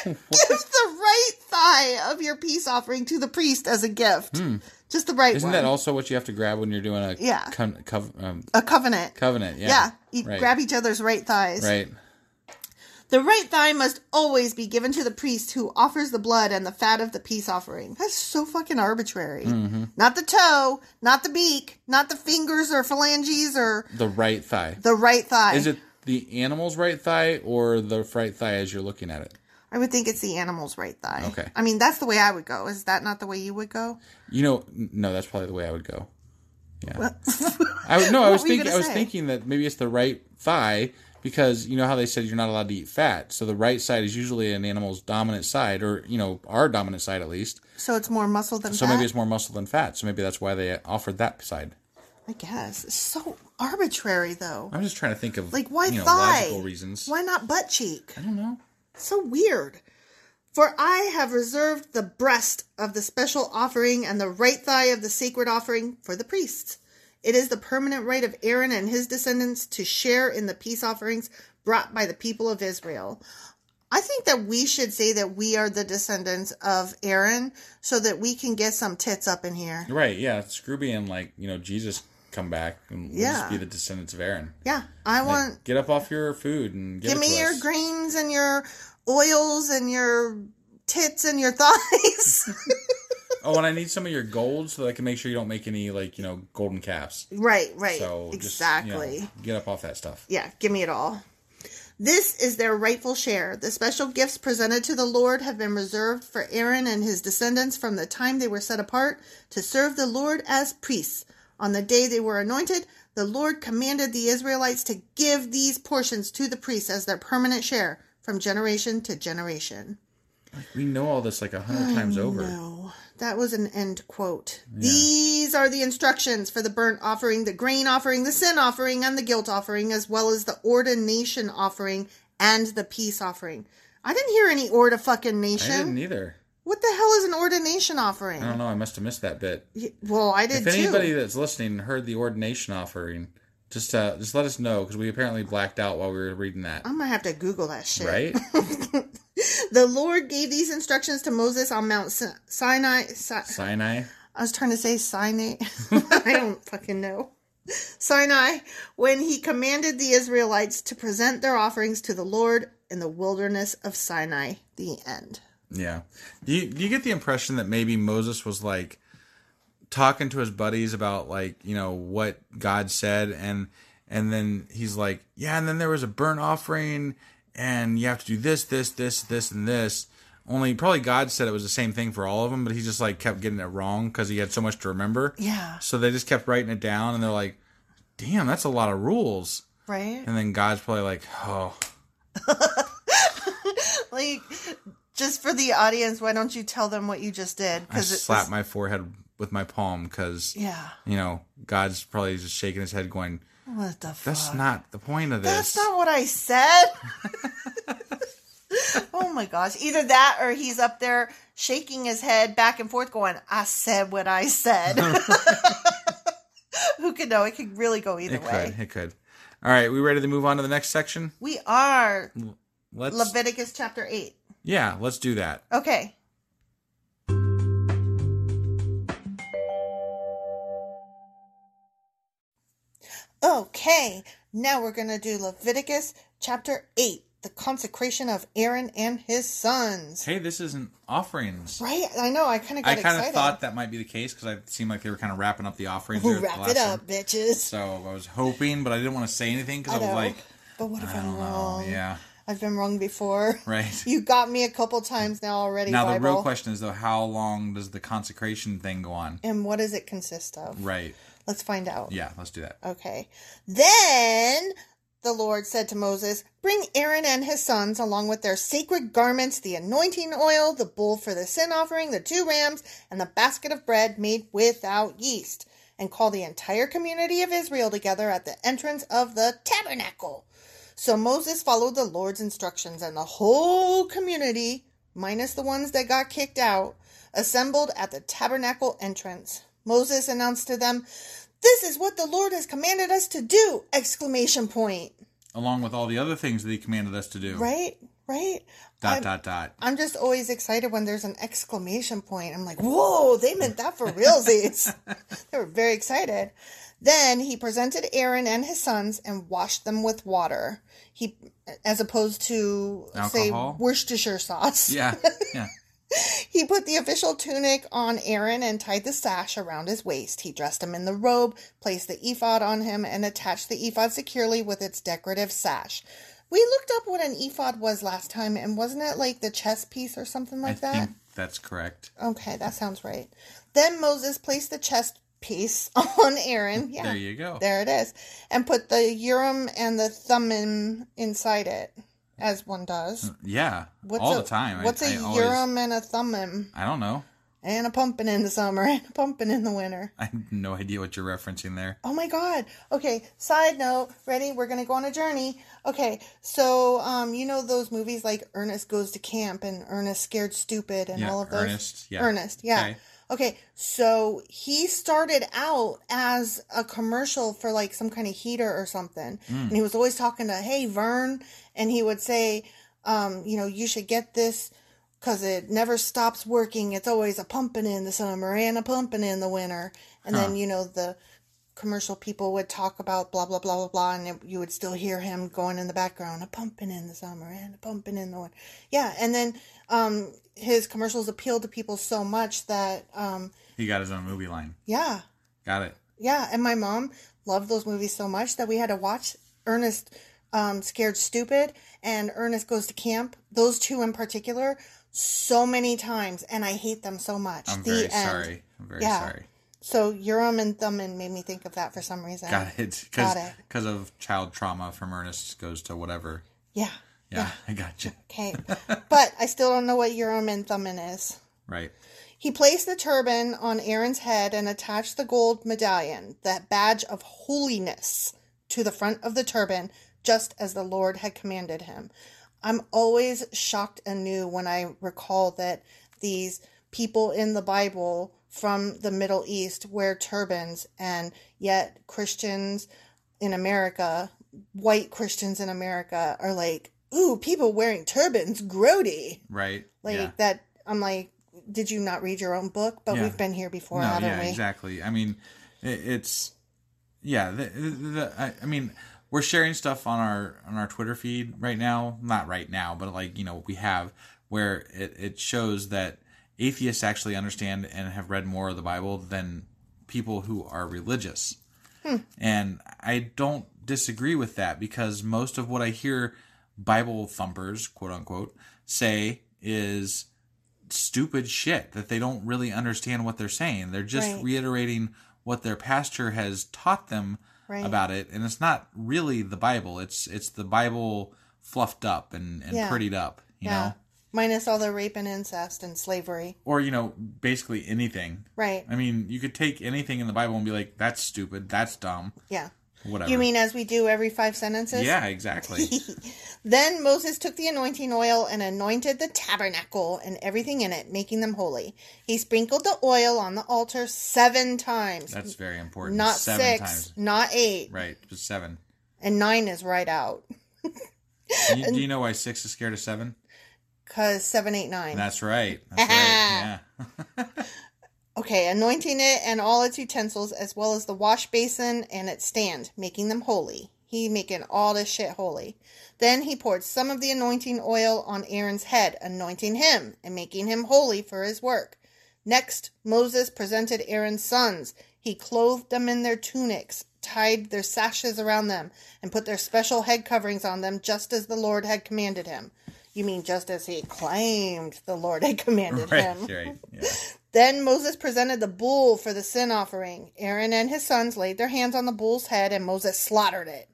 [SPEAKER 3] Give the right thigh of your peace offering to the priest as a gift. Just the right
[SPEAKER 4] Hmm. Isn't
[SPEAKER 3] one.
[SPEAKER 4] that also what you have to grab when you're doing a
[SPEAKER 3] Yeah.
[SPEAKER 4] con- cov- um,
[SPEAKER 3] a covenant.
[SPEAKER 4] covenant? Yeah,
[SPEAKER 3] Yeah, you
[SPEAKER 4] right.
[SPEAKER 3] grab each other's right thighs.
[SPEAKER 4] right.
[SPEAKER 3] The right thigh must always be given to the priest who offers the blood and the fat of the peace offering. That's so fucking arbitrary.
[SPEAKER 4] Mm-hmm.
[SPEAKER 3] Not the toe, not the beak, not the fingers or phalanges or
[SPEAKER 4] The right thigh.
[SPEAKER 3] the right thigh.
[SPEAKER 4] Is it the animal's right thigh or the right thigh as you're looking at it?
[SPEAKER 3] I would think it's the animal's right thigh.
[SPEAKER 4] Okay.
[SPEAKER 3] I mean, that's the way I would go. Is that not the way you would go?
[SPEAKER 4] You know, n- no, that's probably the way I would go. Yeah. I would no, I was
[SPEAKER 3] were you
[SPEAKER 4] thinking I
[SPEAKER 3] gonna
[SPEAKER 4] was
[SPEAKER 3] say?
[SPEAKER 4] thinking that maybe it's the right thigh because you know how they said you're not allowed to eat fat. So the right side is usually an animal's dominant side or, you know, our dominant side at least.
[SPEAKER 3] So it's more muscle than
[SPEAKER 4] So
[SPEAKER 3] fat?
[SPEAKER 4] maybe it's more muscle than fat. So maybe that's why they offered that side.
[SPEAKER 3] I guess. It's so arbitrary, though.
[SPEAKER 4] I'm just trying to think of
[SPEAKER 3] Like, why
[SPEAKER 4] you know,
[SPEAKER 3] thigh?
[SPEAKER 4] logical reasons.
[SPEAKER 3] Why not butt cheek?
[SPEAKER 4] I don't know.
[SPEAKER 3] So weird. For I have reserved the breast of the special offering and the right thigh of the sacred offering for the priests. It is the permanent right of Aaron and his descendants to share in the peace offerings brought by the people of Israel. I think that we should say that we are the descendants of Aaron so that we can get some tits up in here.
[SPEAKER 4] Right, yeah. Scrooby and like, you know, Jesus come back and we'll
[SPEAKER 3] Yeah.
[SPEAKER 4] just be the descendants of Aaron.
[SPEAKER 3] Yeah, I
[SPEAKER 4] Like,
[SPEAKER 3] want.
[SPEAKER 4] get up off your food and give,
[SPEAKER 3] Give
[SPEAKER 4] it to
[SPEAKER 3] me your
[SPEAKER 4] us.
[SPEAKER 3] grains and your oils and your tits and your thighs.
[SPEAKER 4] Oh, and I need some of your gold so that I can make sure you don't make any like you know golden calves.
[SPEAKER 3] right, right.
[SPEAKER 4] So just, you know,
[SPEAKER 3] exactly.
[SPEAKER 4] get up off that stuff.
[SPEAKER 3] yeah, give me it all. This is their rightful share. The special gifts presented to the Lord have been reserved for Aaron and his descendants from the time they were set apart to serve the Lord as priests. On the day they were anointed, the Lord commanded the Israelites to give these portions to the priests as their permanent share from generation to generation.
[SPEAKER 4] We know all this like a hundred times over.
[SPEAKER 3] No, that was an end quote. These are the instructions for the burnt offering, the grain offering, the sin offering, and the guilt offering, as well as the ordination offering and the peace offering. I didn't hear any orda fucking
[SPEAKER 4] I didn't
[SPEAKER 3] nation.
[SPEAKER 4] either.
[SPEAKER 3] What the hell is an ordination offering?
[SPEAKER 4] I don't know. I must have missed that bit.
[SPEAKER 3] Y- Well, I did
[SPEAKER 4] If anybody
[SPEAKER 3] too.
[SPEAKER 4] that's listening heard the ordination offering, just uh, just let us know because we apparently blacked out while we were reading that.
[SPEAKER 3] I'm gonna have to Google that Oh, shit.
[SPEAKER 4] Right?
[SPEAKER 3] The Lord gave these instructions to Moses on Mount Si- Sinai. Si-
[SPEAKER 4] Sinai.
[SPEAKER 3] I was trying to say Sinai. I don't fucking know. Sinai, when he commanded the Israelites to present their offerings to the Lord in the wilderness of Sinai. The end.
[SPEAKER 4] Yeah. Do you, do you get the impression that maybe Moses was like talking to his buddies about like, you know, what God said and and then he's like, yeah, and then there was a burnt offering and you have to do this, this, this, this and this. Only probably God said it was the same thing for all of them, but he just like kept getting it wrong cuz he had so much to remember.
[SPEAKER 3] Yeah.
[SPEAKER 4] So they just kept writing it down and they're like, "Damn, that's a lot of rules."
[SPEAKER 3] right?
[SPEAKER 4] And then God's probably like, oh,
[SPEAKER 3] like, just for the audience, why don't you tell them what you just did?
[SPEAKER 4] I
[SPEAKER 3] it
[SPEAKER 4] slapped
[SPEAKER 3] was-
[SPEAKER 4] my forehead with my palm because,
[SPEAKER 3] Yeah.
[SPEAKER 4] you know, God's probably just shaking his head going,
[SPEAKER 3] What the fuck?
[SPEAKER 4] that's not the point of this.
[SPEAKER 3] That's not what I said. oh my gosh. Either that or he's up there shaking his head back and forth going, I said what I said. Who could know? It could really go either
[SPEAKER 4] it
[SPEAKER 3] way.
[SPEAKER 4] could. It could. All right. We ready to move on to the next section?
[SPEAKER 3] We are
[SPEAKER 4] Let's.
[SPEAKER 3] Leviticus chapter 8.
[SPEAKER 4] yeah, let's do that.
[SPEAKER 3] Okay. Okay, now we're going to do Leviticus chapter 8, the consecration of Aaron and his sons.
[SPEAKER 4] Hey, this isn't offerings.
[SPEAKER 3] Right? I know, I kind of
[SPEAKER 4] I
[SPEAKER 3] got
[SPEAKER 4] kind of
[SPEAKER 3] excited.
[SPEAKER 4] thought that might be the case because I seemed like they were kind of wrapping up the offerings. there at the
[SPEAKER 3] Wrap
[SPEAKER 4] last
[SPEAKER 3] it up,
[SPEAKER 4] one.
[SPEAKER 3] bitches.
[SPEAKER 4] So I was hoping, but I didn't want to say anything because I,
[SPEAKER 3] I
[SPEAKER 4] was
[SPEAKER 3] know.
[SPEAKER 4] like,
[SPEAKER 3] but what if
[SPEAKER 4] I
[SPEAKER 3] I'm
[SPEAKER 4] don't know.
[SPEAKER 3] wrong?
[SPEAKER 4] Yeah.
[SPEAKER 3] I've been wrong before.
[SPEAKER 4] Right.
[SPEAKER 3] You got me a couple times now already,
[SPEAKER 4] Now, the
[SPEAKER 3] Bible.
[SPEAKER 4] real question is, though, how long does the consecration thing go on?
[SPEAKER 3] And what does it consist of?
[SPEAKER 4] Right.
[SPEAKER 3] Let's find out.
[SPEAKER 4] Yeah, let's do that.
[SPEAKER 3] Okay. Then the Lord said to Moses, Bring Aaron and his sons, along with their sacred garments, the anointing oil, the bull for the sin offering, the two rams, and the basket of bread made without yeast, and call the entire community of Israel together at the entrance of the tabernacle. So Moses followed the Lord's instructions, and the whole community, minus the ones that got kicked out, assembled at the tabernacle entrance. Moses announced to them, This is what the Lord has commanded us to do! Exclamation point.
[SPEAKER 4] Along with all the other things that he commanded us to do.
[SPEAKER 3] Right? Right?
[SPEAKER 4] Dot,
[SPEAKER 3] I'm,
[SPEAKER 4] dot, dot.
[SPEAKER 3] I'm just always excited when there's an exclamation point. I'm like, whoa, they meant that for realsies. they were very excited. Then he presented Aaron and his sons and washed them with water. He, as opposed to
[SPEAKER 4] Alcohol?
[SPEAKER 3] say Worcestershire sauce.
[SPEAKER 4] Yeah. Yeah.
[SPEAKER 3] He put the official tunic on Aaron and tied the sash around his waist. He dressed him in the robe, placed the ephod on him, and attached the ephod securely with its decorative sash. We looked up what an ephod was last time, and wasn't it like the chest piece or something
[SPEAKER 4] I
[SPEAKER 3] like that?
[SPEAKER 4] think that's correct.
[SPEAKER 3] Okay, that sounds right. Then Moses placed the chest piece on Aaron. Yeah.
[SPEAKER 4] There you go.
[SPEAKER 3] There it is. And put the urim and the thummim inside it, as one does.
[SPEAKER 4] Yeah. Hmm. all
[SPEAKER 3] a,
[SPEAKER 4] the time. I-
[SPEAKER 3] What's
[SPEAKER 4] I
[SPEAKER 3] a
[SPEAKER 4] always-
[SPEAKER 3] urim and a thummim?
[SPEAKER 4] I don't know.
[SPEAKER 3] and a pumping in the summer and a pumping in the winter.
[SPEAKER 4] I have no idea what you're referencing there.
[SPEAKER 3] Oh my god. Okay, side note, ready? We're going to go on a journey. Okay. So, um you know those movies like Ernest Goes to Camp and Ernest Scared Stupid and
[SPEAKER 4] Yeah,
[SPEAKER 3] all of those?
[SPEAKER 4] Ernest, yeah.
[SPEAKER 3] Ernest, yeah.
[SPEAKER 4] Okay.
[SPEAKER 3] Okay. so he started out as a commercial for like some kind of heater or something.
[SPEAKER 4] Hmm.
[SPEAKER 3] And he was always talking to, "Hey Vern," and he would say, um, you know, you should get this because it never stops working. It's always a pumping in the summer and a pumping in the winter. And then, you know, the commercial people would talk about blah, blah, blah, blah, blah. And it- you would still hear him going in the background, a pumping in the summer and a pumping in the winter. Yeah. And then um, his commercials appealed to people so much that, um,
[SPEAKER 4] He got his own movie line.
[SPEAKER 3] yeah,
[SPEAKER 4] Got it.
[SPEAKER 3] yeah, and my mom loved those movies so much that we had to watch Ernest um, Scared Stupid and Ernest Goes to Camp, those two in particular, so many times, and I hate them so much.
[SPEAKER 4] I'm
[SPEAKER 3] The
[SPEAKER 4] very
[SPEAKER 3] end.
[SPEAKER 4] sorry. I'm very
[SPEAKER 3] Yeah.
[SPEAKER 4] sorry.
[SPEAKER 3] So Urim and Thummim made me think of that for some reason.
[SPEAKER 4] Got it.
[SPEAKER 3] Got it.
[SPEAKER 4] Because of child trauma from Ernest goes to whatever.
[SPEAKER 3] Yeah.
[SPEAKER 4] Yeah, I got you.
[SPEAKER 3] Okay. but I still don't know what Urim and Thummim is.
[SPEAKER 4] Right.
[SPEAKER 3] He placed the turban on Aaron's head and attached the gold medallion, that badge of holiness, to the front of the turban, just as the Lord had commanded him. I'm always shocked anew when I recall that these people in the Bible from the Middle East wear turbans, and yet Christians in America, white Christians in America, are like, ooh, people wearing turbans, grody
[SPEAKER 4] Right.
[SPEAKER 3] like
[SPEAKER 4] yeah.
[SPEAKER 3] that i'm like did you not read your own book but
[SPEAKER 4] Yeah.
[SPEAKER 3] we've been here before
[SPEAKER 4] no,
[SPEAKER 3] haven't
[SPEAKER 4] yeah,
[SPEAKER 3] we
[SPEAKER 4] exactly. I mean, it, it's yeah. The, the, the, I, I mean, we're sharing stuff on our on our Twitter feed right now. Not right now, but like you know, we have where it, it shows that atheists actually understand and have read more of the Bible than people who are religious. And I don't disagree with that because most of what I hear Bible thumpers, quote unquote, say is stupid shit that they don't really understand what they're saying. They're just
[SPEAKER 3] Right.
[SPEAKER 4] reiterating what their pastor has taught them
[SPEAKER 3] Right.
[SPEAKER 4] about it, and it's not really the Bible. It's it's the Bible fluffed up and and
[SPEAKER 3] Yeah.
[SPEAKER 4] prettied up, you
[SPEAKER 3] yeah.
[SPEAKER 4] know,
[SPEAKER 3] Minus all the rape and incest and slavery.
[SPEAKER 4] or you know, basically anything.
[SPEAKER 3] Right.
[SPEAKER 4] I mean, you could take anything in the Bible and be like, "That's stupid. That's dumb.
[SPEAKER 3] Yeah.
[SPEAKER 4] Whatever."
[SPEAKER 3] You mean as we do every five sentences?
[SPEAKER 4] Yeah, exactly.
[SPEAKER 3] Then Moses took the anointing oil and anointed the tabernacle and everything in it, making them holy. He sprinkled the oil on the altar seven times.
[SPEAKER 4] That's very important.
[SPEAKER 3] not
[SPEAKER 4] seven
[SPEAKER 3] six,
[SPEAKER 4] times.
[SPEAKER 3] not eight.
[SPEAKER 4] Right, it was seven.
[SPEAKER 3] And nine is right out.
[SPEAKER 4] You, do you know why six is scared of seven?
[SPEAKER 3] Because seven, eight, nine.
[SPEAKER 4] That's right. That's right. Yeah.
[SPEAKER 3] Okay, anointing it and all its utensils, as well as the wash basin and its stand, making them holy. He making all this shit holy. Then he poured some of the anointing oil on Aaron's head, anointing him and making him holy for his work. Next, Moses presented Aaron's sons. He clothed them in their tunics, tied their sashes around them, and put their special head coverings on them, just as the Lord had commanded him. You mean just as he claimed the Lord had commanded him.
[SPEAKER 4] Right, right. Yeah.
[SPEAKER 3] Then Moses presented the bull for the sin offering. Aaron and his sons laid their hands on the bull's head, and Moses slaughtered it.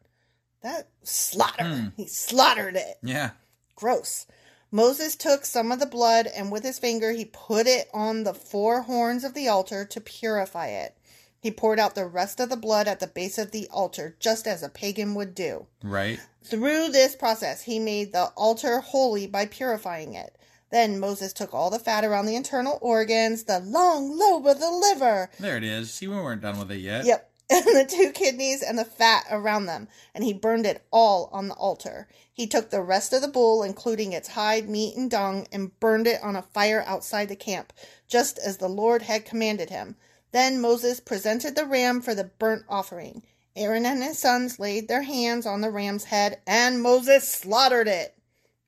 [SPEAKER 3] That slaughter. He slaughtered it.
[SPEAKER 4] Yeah.
[SPEAKER 3] Gross. Moses took some of the blood, and with his finger he put it on the four horns of the altar to purify it. He poured out the rest of the blood at the base of the altar, just as a pagan would do.
[SPEAKER 4] Right.
[SPEAKER 3] Through this process, he made the altar holy by purifying it. Then Moses took all the fat around the internal organs, the long lobe of the liver,
[SPEAKER 4] There it is. See, we weren't done with it yet.
[SPEAKER 3] yep, and the two kidneys and the fat around them, and he burned it all on the altar. He took the rest of the bull, including its hide, meat, and dung, and burned it on a fire outside the camp, just as the Lord had commanded him. Then Moses presented the ram for the burnt offering. Aaron and his sons laid their hands on the ram's head, and Moses slaughtered it.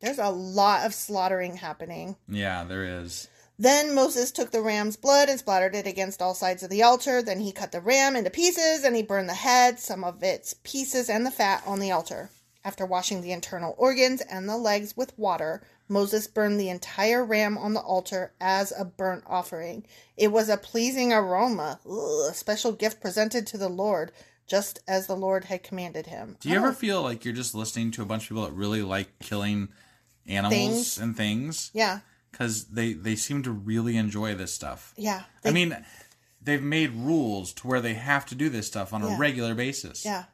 [SPEAKER 3] There's a lot of slaughtering happening.
[SPEAKER 4] Yeah, there is.
[SPEAKER 3] Then Moses took the ram's blood and splattered it against all sides of the altar. Then he cut the ram into pieces and he burned the head, some of its pieces, and the fat on the altar. After washing the internal organs and the legs with water, Moses burned the entire ram on the altar as a burnt offering. It was a pleasing aroma, ugh, a special gift presented to the Lord, just as the Lord had commanded him. Oh,
[SPEAKER 4] Do you ever feel like you're just listening to a bunch of people that really like killing animals
[SPEAKER 3] Things.
[SPEAKER 4] and things?
[SPEAKER 3] Yeah,
[SPEAKER 4] Because they, they seem to really enjoy this stuff.
[SPEAKER 3] yeah.
[SPEAKER 4] I mean, they've made rules to where they have to do this stuff on a
[SPEAKER 3] Yeah.
[SPEAKER 4] regular basis.
[SPEAKER 3] yeah,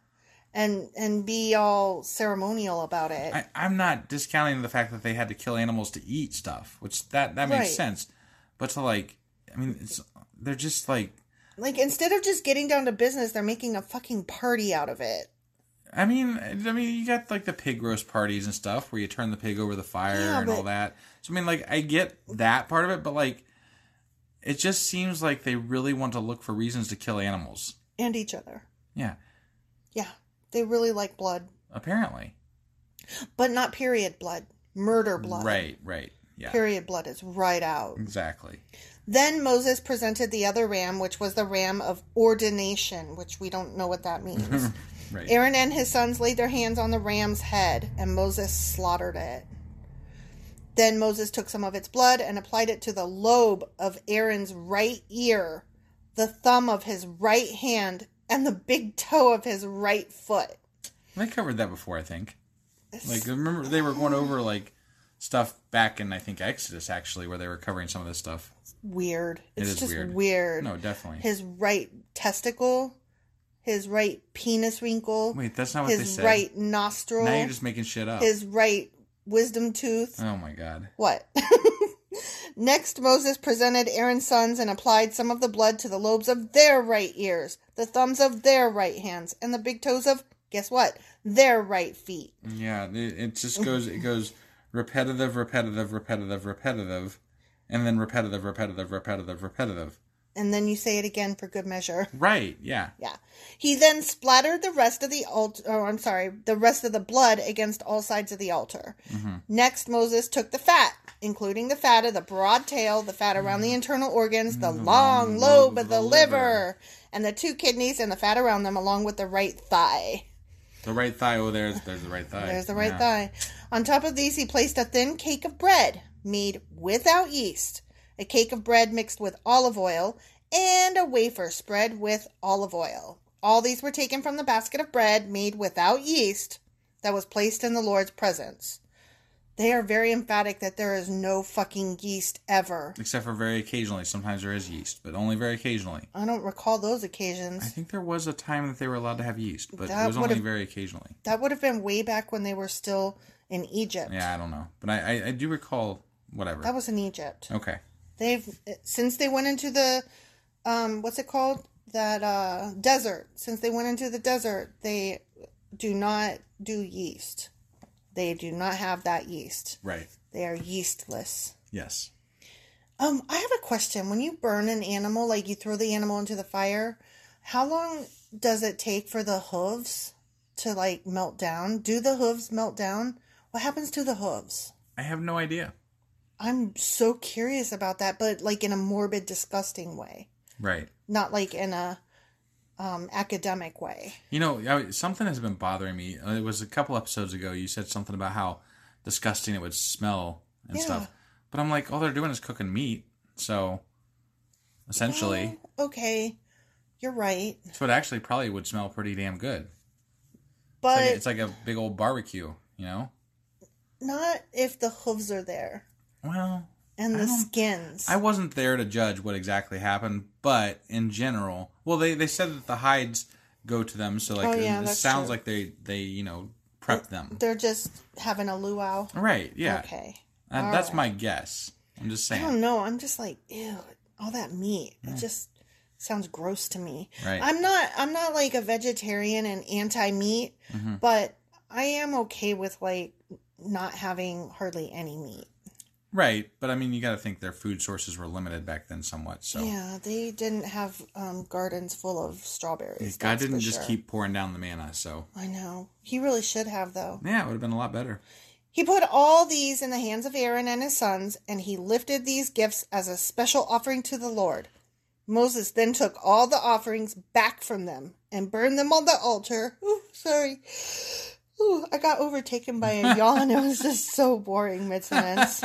[SPEAKER 3] and and be all ceremonial about it.
[SPEAKER 4] I, I'm not discounting the fact that they had to kill animals to eat stuff, which that that makes
[SPEAKER 3] Right.
[SPEAKER 4] sense. But to like, I mean, it's they're just like,
[SPEAKER 3] Like instead of just getting down to business, they're making a fucking party out of it.
[SPEAKER 4] I mean, I mean, you got like the pig roast parties and stuff where you turn the pig over the fire
[SPEAKER 3] Yeah,
[SPEAKER 4] and all
[SPEAKER 3] but-
[SPEAKER 4] that. So I mean, like, I get that part of it, but like, it just seems like they really want to look for reasons to kill animals.
[SPEAKER 3] And each other.
[SPEAKER 4] Yeah,
[SPEAKER 3] Yeah. They really like blood.
[SPEAKER 4] apparently.
[SPEAKER 3] But not period blood. Murder blood.
[SPEAKER 4] Right, right, yeah,
[SPEAKER 3] Period blood is right out.
[SPEAKER 4] exactly.
[SPEAKER 3] Then Moses presented the other ram, which was the ram of ordination, which we don't know what that means.
[SPEAKER 4] Right.
[SPEAKER 3] Aaron and his sons laid their hands on the ram's head, and Moses slaughtered it. Then Moses took some of its blood and applied it to the lobe of Aaron's right ear, the thumb of his right hand, and the big toe of his right foot.
[SPEAKER 4] They covered that before, I think. Like, uh, remember they were going over like stuff back in I think Exodus actually, where they were covering some of this stuff.
[SPEAKER 3] Weird.
[SPEAKER 4] It
[SPEAKER 3] It's
[SPEAKER 4] is
[SPEAKER 3] just
[SPEAKER 4] weird.
[SPEAKER 3] weird.
[SPEAKER 4] No, definitely.
[SPEAKER 3] His right testicle, his right penis wrinkle,
[SPEAKER 4] Wait, that's not what they
[SPEAKER 3] his
[SPEAKER 4] said.
[SPEAKER 3] right nostril,
[SPEAKER 4] Now you're just making shit up.
[SPEAKER 3] his right wisdom tooth.
[SPEAKER 4] Oh my god.
[SPEAKER 3] What? Next, Moses presented Aaron's sons and applied some of the blood to the lobes of their right ears, the thumbs of their right hands, and the big toes of, guess what? Their right feet.
[SPEAKER 4] Yeah, it, it just goes. It goes repetitive, repetitive, repetitive, repetitive, and then repetitive, repetitive, repetitive, repetitive.
[SPEAKER 3] And then you say it again for good measure.
[SPEAKER 4] Right. Yeah.
[SPEAKER 3] Yeah. He then splattered the rest of the altar, oh, I'm sorry, the rest of the blood against all sides of the altar. Next, Moses took the fat, including the fat of the broad tail, the fat around the internal organs, Mm-hmm. the long lobe of the liver, and the two kidneys and the fat around them, along with the right thigh.
[SPEAKER 4] The right thigh. Oh, there's there's the right thigh.
[SPEAKER 3] There's the right
[SPEAKER 4] Yeah.
[SPEAKER 3] thigh. On top of these, he placed a thin cake of bread made without yeast, a cake of bread mixed with olive oil, and a wafer spread with olive oil. All these were taken from the basket of bread made without yeast that was placed in the Lord's presence. They are very emphatic that there is no fucking yeast ever.
[SPEAKER 4] Except for very occasionally. Sometimes there is yeast, but only very occasionally.
[SPEAKER 3] I don't recall those
[SPEAKER 4] I
[SPEAKER 3] occasions.
[SPEAKER 4] think there was a time that they were allowed to have yeast, but
[SPEAKER 3] That
[SPEAKER 4] it was only
[SPEAKER 3] would've-
[SPEAKER 4] very occasionally.
[SPEAKER 3] That would have been way back when they were still in Egypt.
[SPEAKER 4] Yeah, I don't know. But I, I, I do recall whatever.
[SPEAKER 3] That was in Egypt.
[SPEAKER 4] okay.
[SPEAKER 3] They've since they went into the um what's it called? That uh desert. Since they went into the desert, they do not do yeast. They do not have that yeast.
[SPEAKER 4] Right.
[SPEAKER 3] They are yeastless.
[SPEAKER 4] Yes.
[SPEAKER 3] Um, I have a question. When you burn an animal, like you throw the animal into the fire, how long does it take for the hooves to like melt down? Do the hooves melt down? What happens to the hooves?
[SPEAKER 4] I have no idea.
[SPEAKER 3] I'm so curious about that, but like in a morbid, disgusting way,
[SPEAKER 4] Right.
[SPEAKER 3] not like in a um, academic way.
[SPEAKER 4] You know, I, something has been bothering me. Uh, It was a couple episodes ago. You said something about how disgusting it would smell and
[SPEAKER 3] Yeah.
[SPEAKER 4] stuff. But I'm like, all they're doing is cooking meat. So essentially,
[SPEAKER 3] Well, Oh, okay, you're right,
[SPEAKER 4] so it actually probably would smell pretty damn good. It's
[SPEAKER 3] but
[SPEAKER 4] like, it's like a big old barbecue, you know?
[SPEAKER 3] not if the hooves are there
[SPEAKER 4] Well,
[SPEAKER 3] and
[SPEAKER 4] I
[SPEAKER 3] the
[SPEAKER 4] don't-
[SPEAKER 3] skins.
[SPEAKER 4] I wasn't there to judge what exactly happened, but in general, well, they, they said that the hides go to them, so like
[SPEAKER 3] Oh, yeah,
[SPEAKER 4] it
[SPEAKER 3] that's
[SPEAKER 4] sounds
[SPEAKER 3] true.
[SPEAKER 4] like they they you know prep them,
[SPEAKER 3] They're just having a luau.
[SPEAKER 4] right? Yeah,
[SPEAKER 3] Okay.
[SPEAKER 4] Uh,
[SPEAKER 3] All
[SPEAKER 4] that's
[SPEAKER 3] right.
[SPEAKER 4] my guess. I'm just
[SPEAKER 3] I don't
[SPEAKER 4] saying.
[SPEAKER 3] know. I'm just like, ew, all that meat. It just sounds gross to me.
[SPEAKER 4] Mm. Right.
[SPEAKER 3] I'm not I'm not like a vegetarian and anti meat,
[SPEAKER 4] Mm-hmm.
[SPEAKER 3] but I am okay with like not having hardly any meat.
[SPEAKER 4] Right, but I mean, you got to think their food sources were limited back then, somewhat. So
[SPEAKER 3] Yeah, they didn't have um, gardens full of strawberries.
[SPEAKER 4] God
[SPEAKER 3] that's for
[SPEAKER 4] didn't just
[SPEAKER 3] sure.
[SPEAKER 4] keep pouring down the manna. So
[SPEAKER 3] I know. He really should have though.
[SPEAKER 4] yeah, it would have been a lot better.
[SPEAKER 3] He put all these in the hands of Aaron and his sons, and he lifted these gifts as a special offering to the Lord. Moses then took all the offerings back from them and burned them on the altar. Ooh, sorry. Ooh, I got overtaken by a yawn. It was just so boring, mid sentence.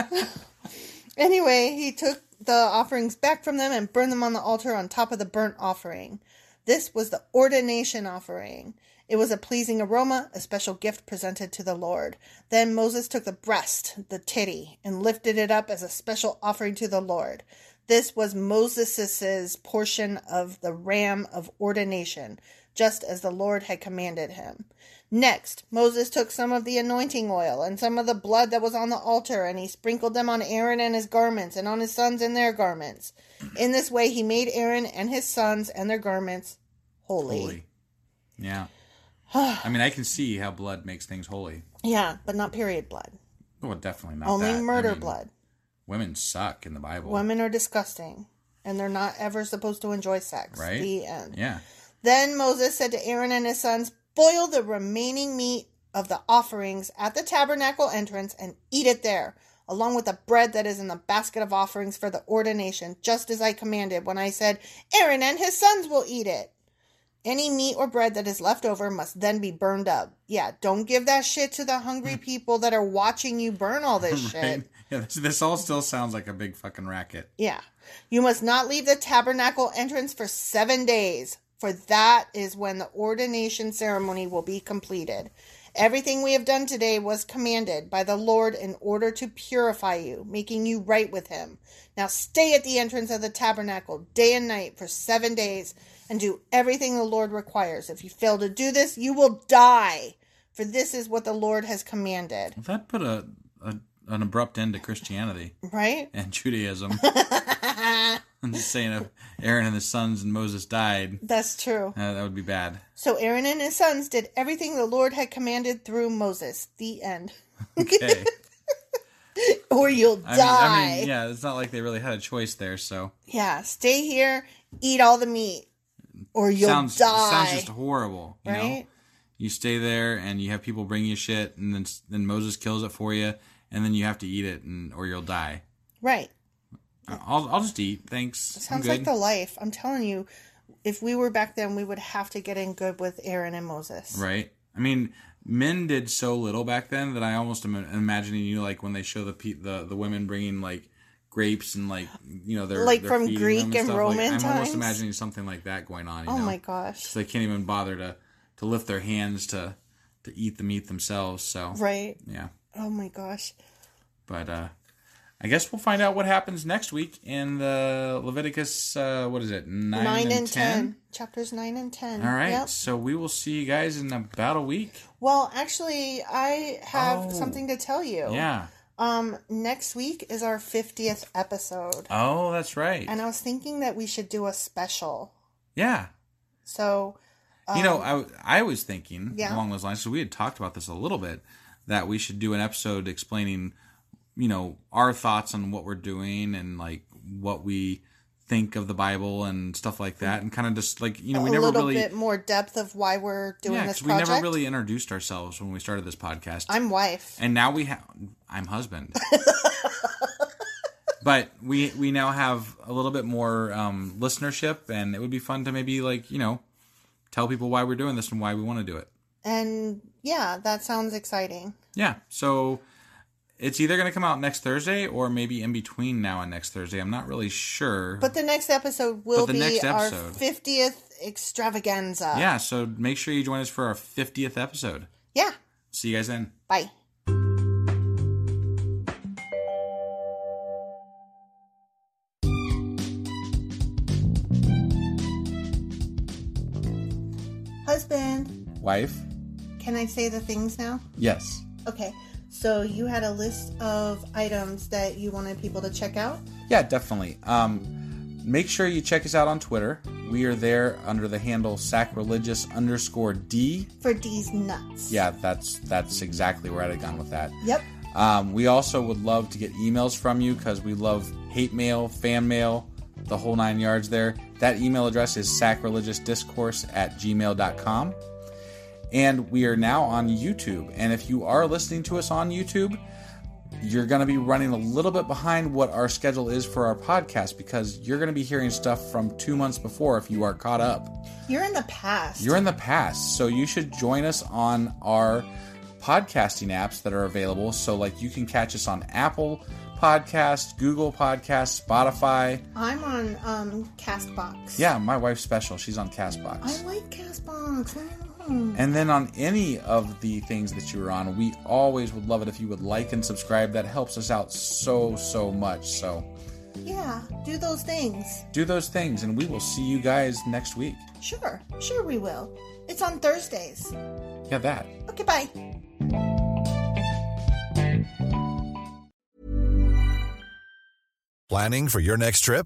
[SPEAKER 3] anyway, he took the offerings back from them and burned them on the altar on top of the burnt offering. This was the ordination offering. It was a pleasing aroma, a special gift presented to the Lord. Then Moses took the breast, the titty, and lifted it up as a special offering to the Lord. This was Moses's portion of the ram of ordination, just as the Lord had commanded him. Next, Moses took some of the anointing oil and some of the blood that was on the altar, and he sprinkled them on Aaron and his garments, and on his sons and their garments. In this way, he made Aaron and his sons and their garments holy.
[SPEAKER 4] Holy, yeah. I mean, I can see how blood makes things holy.
[SPEAKER 3] Yeah, but not period blood,
[SPEAKER 4] Well, definitely not
[SPEAKER 3] only
[SPEAKER 4] that. I
[SPEAKER 3] murder
[SPEAKER 4] mean,
[SPEAKER 3] blood.
[SPEAKER 4] Women suck in the Bible.
[SPEAKER 3] Women are disgusting, and they're not ever supposed to enjoy sex.
[SPEAKER 4] Right?
[SPEAKER 3] The end.
[SPEAKER 4] Yeah.
[SPEAKER 3] Then Moses said to Aaron and his sons, Boil the remaining meat of the offerings at the tabernacle entrance and eat it there, along with the bread that is in the basket of offerings for the ordination, just as I commanded when I said, Aaron and his sons will eat it. Any meat or bread that is left over must then be burned up. Yeah, don't give that shit to the hungry people that are watching you burn all this shit.
[SPEAKER 4] Yeah, this, this all still sounds like a big fucking racket.
[SPEAKER 3] Yeah. You must not leave the tabernacle entrance for seven days, for that is when the ordination ceremony will be completed. Everything we have done today was commanded by the Lord in order to purify you, making you right with Him. Now stay at the entrance of the tabernacle day and night for seven days and do everything the Lord requires. If you fail to do this, you will die, for this is what the Lord has commanded.
[SPEAKER 4] Well, that put a, a an abrupt end to Christianity
[SPEAKER 3] Right?
[SPEAKER 4] and Judaism. I'm just saying, if Aaron and his sons and Moses died,
[SPEAKER 3] That's true.
[SPEAKER 4] uh, that would be bad.
[SPEAKER 3] So Aaron and his sons did everything the Lord had commanded through Moses. The end.
[SPEAKER 4] Okay.
[SPEAKER 3] or you'll
[SPEAKER 4] I mean,
[SPEAKER 3] die.
[SPEAKER 4] I mean, yeah, it's not like they really had a choice there. So
[SPEAKER 3] Yeah, stay here, eat all the meat, or you'll
[SPEAKER 4] sounds
[SPEAKER 3] die.
[SPEAKER 4] sounds just horrible. You know,
[SPEAKER 3] right?
[SPEAKER 4] you stay there and you have people bring you shit, and then s- then Moses kills it for you, and then you have to eat it, and or you'll die.
[SPEAKER 3] Right.
[SPEAKER 4] I'll I'll just eat. Thanks. I'm
[SPEAKER 3] Sounds
[SPEAKER 4] good.
[SPEAKER 3] like the life. I'm telling you, if we were back then, we would have to get in good with Aaron and Moses.
[SPEAKER 4] Right. I mean, men did so little back then that I almost am imagining you know, like when they show the pe- the the women bringing like grapes and like you know they're
[SPEAKER 3] Like
[SPEAKER 4] they're
[SPEAKER 3] from
[SPEAKER 4] feeding
[SPEAKER 3] Greek
[SPEAKER 4] them
[SPEAKER 3] and
[SPEAKER 4] stuff.
[SPEAKER 3] Roman
[SPEAKER 4] Like, I'm
[SPEAKER 3] times?
[SPEAKER 4] almost imagining something like that going on. You
[SPEAKER 3] oh
[SPEAKER 4] know?
[SPEAKER 3] my gosh.
[SPEAKER 4] So they can't even bother to to lift their hands to to eat the meat themselves. So
[SPEAKER 3] Right.
[SPEAKER 4] yeah,
[SPEAKER 3] Oh my gosh.
[SPEAKER 4] but uh, I guess we'll find out what happens next week in the Leviticus. Uh, what is it? Nine,
[SPEAKER 3] Nine, and 10. Chapters 9 and 10.
[SPEAKER 4] All right.
[SPEAKER 3] Yep.
[SPEAKER 4] So we will see you guys in about a week.
[SPEAKER 3] Well, actually, I have
[SPEAKER 4] Oh.
[SPEAKER 3] something to tell you.
[SPEAKER 4] Yeah.
[SPEAKER 3] Um, next week is our 50th episode.
[SPEAKER 4] Oh, that's right.
[SPEAKER 3] And I was thinking that we should do a special.
[SPEAKER 4] yeah.
[SPEAKER 3] So,
[SPEAKER 4] you know, I, w- I was thinking
[SPEAKER 3] um, Yeah.
[SPEAKER 4] along those lines. So we had talked about this a little bit that we should do an episode explaining, you know, our thoughts on what we're doing and like what we think of the Bible and stuff like that, and kind of just like you know, we
[SPEAKER 3] a
[SPEAKER 4] never
[SPEAKER 3] little
[SPEAKER 4] really
[SPEAKER 3] bit more depth of why we're doing
[SPEAKER 4] yeah,
[SPEAKER 3] this
[SPEAKER 4] we
[SPEAKER 3] project.
[SPEAKER 4] never really introduced ourselves when we started this podcast.
[SPEAKER 3] I'm wife.
[SPEAKER 4] and now we have I'm husband. but we we now have a little bit more um, listenership, and it would be fun to maybe like you know tell people why we're doing this and why we want to do it.
[SPEAKER 3] And yeah, that sounds exciting.
[SPEAKER 4] Yeah. So it's either going to come out next Thursday or maybe in between now and next Thursday. I'm not really sure.
[SPEAKER 3] But the next episode will
[SPEAKER 4] But the
[SPEAKER 3] be
[SPEAKER 4] next
[SPEAKER 3] our
[SPEAKER 4] episode.
[SPEAKER 3] 50th extravaganza.
[SPEAKER 4] yeah, so make sure you join us for our 50th episode.
[SPEAKER 3] Yeah.
[SPEAKER 4] See you guys then.
[SPEAKER 3] Bye. Husband,
[SPEAKER 4] Wife?
[SPEAKER 3] can I say the things now?
[SPEAKER 4] Yes.
[SPEAKER 3] Okay. So you had a list of items that you wanted people to check out.
[SPEAKER 4] Yeah, definitely. Um, make sure you check us out on Twitter. We are there under the handle sacrilegious underscore D.
[SPEAKER 3] for these nuts.
[SPEAKER 4] Yeah, that's that's exactly where I'd have gone with that.
[SPEAKER 3] Yep.
[SPEAKER 4] Um, we also would love to get emails from you because we love hate mail, fan mail, the whole nine yards there. That email address is sacrilegiousdiscourse at gmail.com. And we are now on YouTube. And if you are listening to us on YouTube, you're going to be running a little bit behind what our schedule is for our podcast because you're going to be hearing stuff from two months before if you are caught up.
[SPEAKER 3] You're in the past.
[SPEAKER 4] You're in the past, so you should join us on our podcasting apps that are available. So, like, you can catch us on Apple Podcasts, Google Podcasts, Spotify.
[SPEAKER 3] I'm on um Castbox.
[SPEAKER 4] Yeah, my wife's special. She's on
[SPEAKER 3] I
[SPEAKER 4] Castbox.
[SPEAKER 3] like Castbox. Mm.
[SPEAKER 4] And then on any of the things that you are on, we always would love it if you would like and subscribe. That helps us out so, so much. So,
[SPEAKER 3] Yeah, do those things.
[SPEAKER 4] do those things, and we will see you guys next week.
[SPEAKER 3] Sure, sure we will. It's on Thursdays.
[SPEAKER 4] Yeah, that.
[SPEAKER 3] Okay, bye.
[SPEAKER 5] Planning for your next trip?